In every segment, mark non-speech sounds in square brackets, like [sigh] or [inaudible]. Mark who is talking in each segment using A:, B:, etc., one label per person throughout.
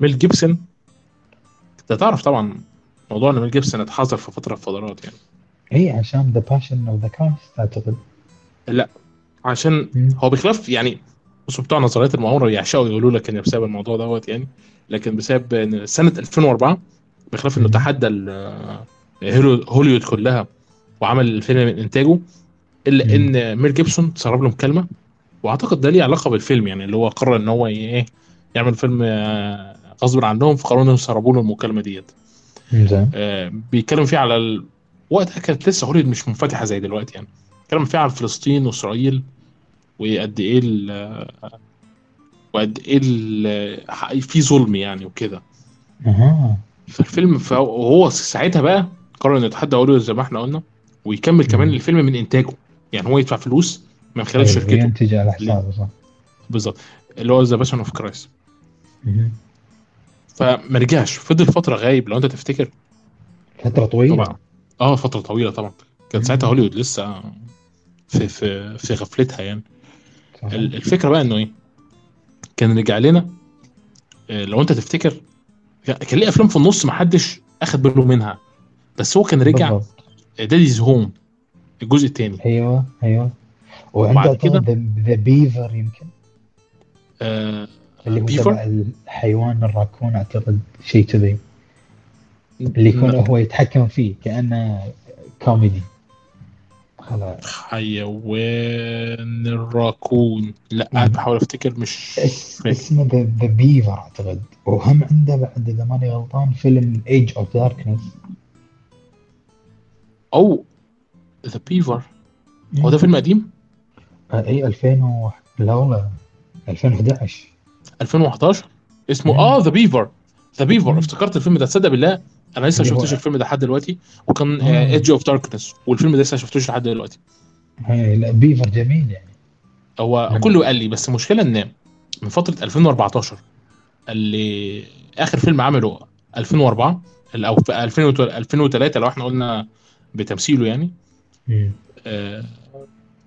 A: ميل جيبسون انت تعرف طبعا موضوع ان ميل جيبسون اتحذر في فتره فترات يعني
B: اي إيه، عشان ذا باشن اوف ذا كرايست اعتقد
A: عشان
B: مم.
A: هو بخلاف يعني بصوا بتوع نظريات المؤامره يعشقوا يقولوا لك ان بسبب الموضوع دوت يعني لكن بسبب ان سنه 2004 بخلاف انه
B: مم.
A: تحدى ال- هوليو- هوليوود كلها وعمل الفيلم من انتاجه الا
B: مم.
A: ان ميل جيبسون سرب له مكالمه واعتقد ده ليه علاقه بالفيلم يعني اللي هو قرر ان هو ايه يعمل فيلم آه، غصب عنهم فقرروا انهم يسربوا له المكالمه ديت
B: زين
A: آه، بيتكلم فيه على ال... وقتها كانت لسه هوليوود مش منفتحه زي دلوقتي يعني بيتكلم فيه على فلسطين واسرائيل وقد ايه ال... آه، وقد ايه ال... آه، في ظلم يعني وكده
B: اها
A: فالفيلم ف- وهو ساعتها بقى قرر انه يتحدى هوليوود زي ما احنا قلنا ويكمل كمان
B: مم.
A: الفيلم من انتاجه يعني هو يدفع فلوس من خلال
B: أيوة،
A: شركته
B: ينتج على حسابه صح
A: بالظبط اللي هو ذا باشن اوف كرايست
B: مهم.
A: فما رجعش فضل فتره غايب لو انت تفتكر
B: فتره طويله
A: طبعا اه فتره طويله طبعا كانت ساعتها
B: مم.
A: هوليوود لسه في في في غفلتها يعني
B: صح.
A: ال- الفكره بقى انه ايه كان رجع لنا آه، لو انت تفتكر كان- كان ليه افلام في النص ما حدش اخد باله منها بس هو كان رجع
B: بالضبط
A: داديز هوم الجزء الثاني
B: ايوه ايوه
A: وبعد
B: وعنده
A: كده-
B: اعتقد ذا بيفر يمكن
A: آه
B: اللي هو
A: Beaver؟
B: تبع الحيوان الراكون اعتقد شيء كذي اللي يكون
A: لا،
B: هو يتحكم فيه كانه كوميدي خلاص
A: حيوان الراكون لا
B: مم.
A: قاعد بحاول افتكر مش
B: اس-
A: فاكر
B: اسمه ذا ذا بيفر اعتقد وهم عنده بعد اذا ماني غلطان فيلم ايج اوف داركنس
A: او ذا بيفر هو ده فيلم قديم
B: اي 2000 آه، إيه، و... لا والله 2011
A: 2011 اسمه
B: مم.
A: اه ذا بيفر ذا بيفر
B: مم.
A: افتكرت الفيلم ده تصدق بالله انا لسه ما
B: اللي هو-
A: شفتوش الفيلم ده لحد دلوقتي وكان
B: آه.
A: ايدج اوف داركنس والفيلم ده لسه ما شفتوش لحد دلوقتي
B: إي، آه، لا بيفر جميل يعني
A: هو
B: مم.
A: كله قال لي بس المشكله ان من فتره 2014 اللي اخر فيلم عمله 2004 اللي- او في 2000 2003 لو احنا قلنا بتمثيله يعني
B: مم.
A: آه،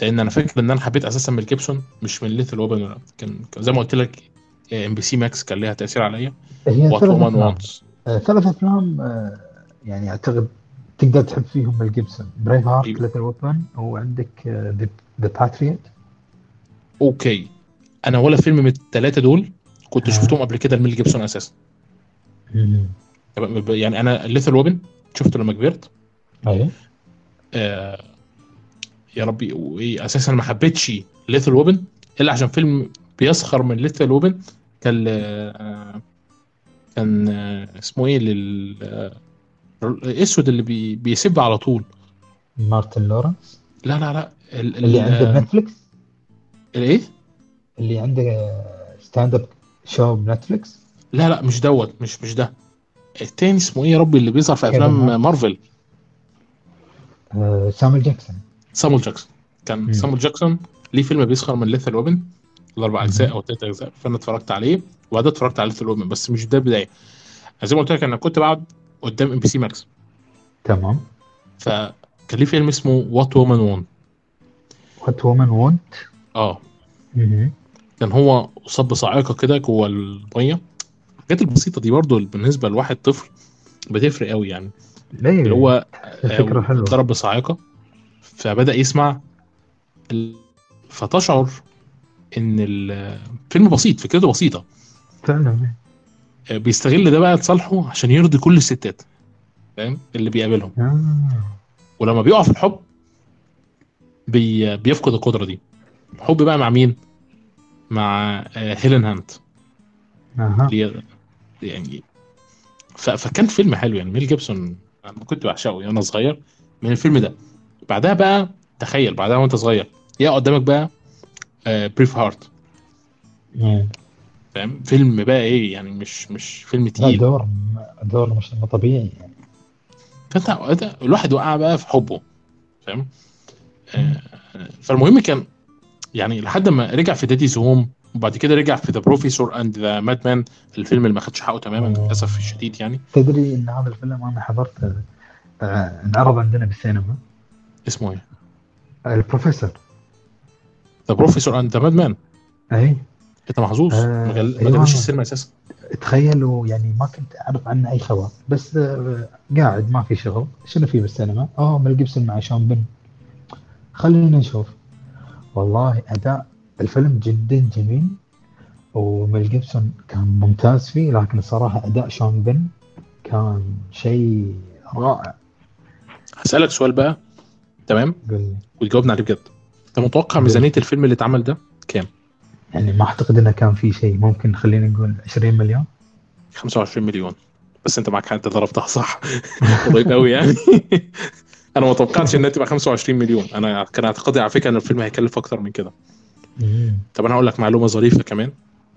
A: لان انا فاكر ان انا حبيت اساسا ميل جيبسون مش من ليث الويبن كان كان زي ما قلت لك ام بي سي ماكس كان ليها تاثير عليا
B: هي ثلاث
A: واتومان
B: افلام
A: وانس
B: آه، ثلاث افلام آه، يعني اعتقد تقدر تحب فيهم ميل جيبسون بريف هارت
A: أيوة.
B: ليتل ويبن وعندك آه، ذا باتريوت
A: اوكي انا ولا فيلم من الثلاثه دول كنت
B: آه.
A: شفتهم قبل كده لميل جيبسون اساسا يعني انا ليثل ويبن شفته لما كبرت
B: ايوه
A: آه يا ربي وايه اساسا ما حبيتش ليثل ويبن الا عشان فيلم بيسخر من ليثل ويبن كان آه كان آه اسمه ايه لل آه، الاسود اللي بي بيسب على طول
B: مارتن لورنس
A: لا لا لا ال- ال-
B: اللي عنده نتفلكس
A: الايه
B: اللي عنده آه، ستاند اب شو بنتفلكس
A: لا لا مش دوت مش مش ده التاني اسمه ايه يا ربي اللي بيظهر في
B: كيفن هارت.
A: افلام مارفل
B: آه، سامويل جاكسون
A: سامويل جاكسون
B: مم.
A: كان سامويل جاكسون ليه فيلم بيسخر من ليثل ويبن الاربع
B: مم.
A: اجزاء او ثلاث اجزاء فانا اتفرجت عليه وبعدها اتفرجت على ليثل ويبن بس مش ده البدايه زي ما قلت لك انا كنت بقعد قدام ام بي سي ماكس
B: تمام
A: فكان ليه فيلم اسمه وات وومن وون
B: وات وومن وونت
A: اه كان هو اصاب بصاعقه كده جوه الميه الحاجات البسيطه دي برضو بالنسبه لواحد طفل بتفرق قوي يعني اللي هو آه،
B: فكره حلوه
A: ضرب بصاعقه فبدا يسمع ال- فتشعر ان الفيلم بسيط فكرته بسيطه
B: فعلا
A: بيستغل ده بقى لصالحه عشان يرضي كل الستات فاهم اللي بيقابلهم
B: آه.
A: ولما بيقع في الحب بي... بيفقد القدره دي الحب بقى مع مين مع آه، هيلين هانت
B: اها
A: اللي هي- يعني ف... فكان فيلم حلو يعني ميل جيبسون انا كنت بعشقه وانا صغير من الفيلم ده بعدها بقى تخيل بعدها وانت صغير يا قدامك بقى بريف هارت
B: مم.
A: فاهم فيلم بقى ايه يعني مش مش فيلم
B: لا
A: تقيل
B: دور دور مش مو طبيعي يعني
A: فانت وقتها الواحد وقع بقى في حبه فاهم آه، فالمهم كان يعني لحد ما رجع في دادي زوم وبعد كده رجع في ذا بروفيسور اند ذا مادمان الفيلم اللي ما خدش حقه تماما للاسف الشديد يعني
B: تدري ان هذا الفيلم انا حضرته آه، انعرض عندنا بالسينما
A: اسمه ايه
B: البروفيسور
A: ذا بروفيسور اند ذا مادمان
B: اي
A: انت محظوظ
B: آه،
A: ما جال- ما
B: أيوة.
A: جالوش السينما اساسا
B: تخيلوا يعني ما كنت اعرف عنه اي خبر بس آه، قاعد ما في شغل شنو في بالسينما؟ اه ميل جيبسون مع شون بن خلينا نشوف والله اداء الفيلم جدا جميل وميل جيبسون كان ممتاز فيه لكن الصراحه اداء شون بن كان شيء رائع
A: هسالك سؤال بقى تمام
B: قول لي
A: وتجاوبنا عليه بجد انت متوقع ميزانيه الفيلم اللي اتعمل ده
B: يعني ما اعتقد انه كان في شيء ممكن خلينا نقول 20 مليون
A: 25 مليون بس انت معاك حق انت ضربتها صح [laughs] قريب قوي يعني [laughs] انا ما توقعتش انها تبقى 25 مليون انا كان اعتقادي على فكره ان الفيلم هيكلف اكتر من كده
B: مم.
A: طب انا هقول لك معلومه ظريفه كمان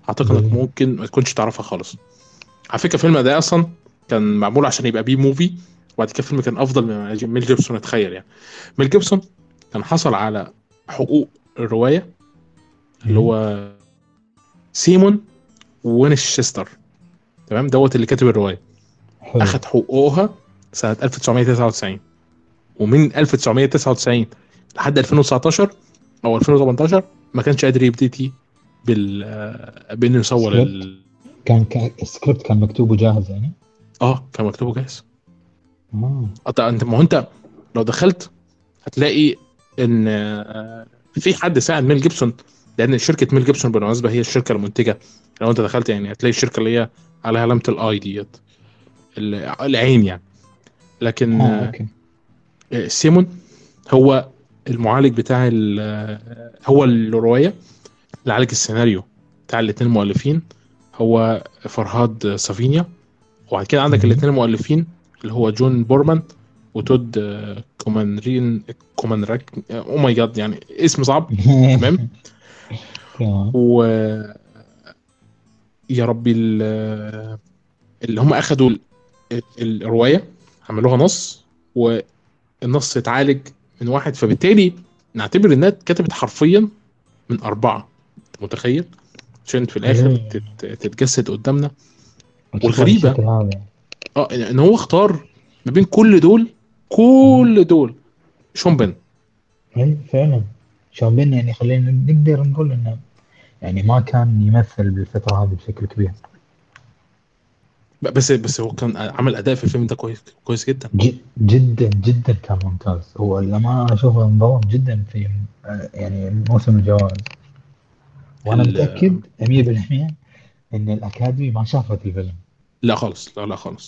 A: اعتقد انك
B: مم.
A: ممكن ما تكونش تعرفها خالص على فكره الفيلم ده اصلا كان معمول عشان يبقى بيه موفي وبعد كده الفيلم كان افضل من ميل جيبسون اتخيل يعني ميل جيبسون كان حصل على حقوق الروايه اللي هو سيمون وينشستر تمام دوت اللي كاتب الروايه
B: حلو.
A: اخذ حقوقها سنه 1999 ومن 1999 لحد 2019 او 2018 ما كانش قادر يبتدي بال آه، بانه يصور
B: سكريبت.
A: ال...
B: كان كان- السكريبت كان مكتوب وجاهز يعني
A: اه كان مكتوبه جاهز
B: آه.
A: أط- انت ما هو انت لو دخلت هتلاقي ان آه، في حد ساعد ميل جيبسون لان شركه ميل جيبسون بالمناسبه هي الشركه المنتجه لو انت دخلت يعني هتلاقي الشركه اللي هي على علامه الاي ديت ال- العين يعني لكن
B: اه
A: آه،
B: اوكي
A: سيمون هو المعالج بتاع ال- آه، هو الروايه اللي عالج السيناريو بتاع الاثنين المؤلفين هو فرهاد سافينيا وبعد كده عندك
B: مم.
A: الاثنين المؤلفين اللي هو جون بورمان وتود آه، كومانرين كومانراك آه، او ماي جاد يعني اسم صعب تمام
B: [laughs] تمام
A: و يا ربي ال- اللي هم اخدوا ال- ال- الروايه عملوها نص والنص اتعالج من واحد فبالتالي نعتبر انها اتكتبت حرفيا من اربعه انت متخيل عشان في الاخر
B: مم.
A: تت- تتجسد قدامنا
B: وشوفوا
A: والغريبة-
B: الشكل هذا يعني.
A: اه ان إن هو اختار ما بين كل دول كل دول شومبن
B: اي فعلا شون بين يعني خلينا نقدر نقول انه يعني ما كان يمثل بالفتره هذه بشكل كبير
A: بس بس هو كان عمل اداء في الفيلم ده كويس كويس جدا
B: ج- جدا جدا كان ممتاز هو لما انا اشوفه انظلم جدا في آه، يعني موسم الجوائز وانا
A: ال-
B: متاكد 100% ان الاكاديمي ما شافت الفيلم
A: لا خالص لا لا خالص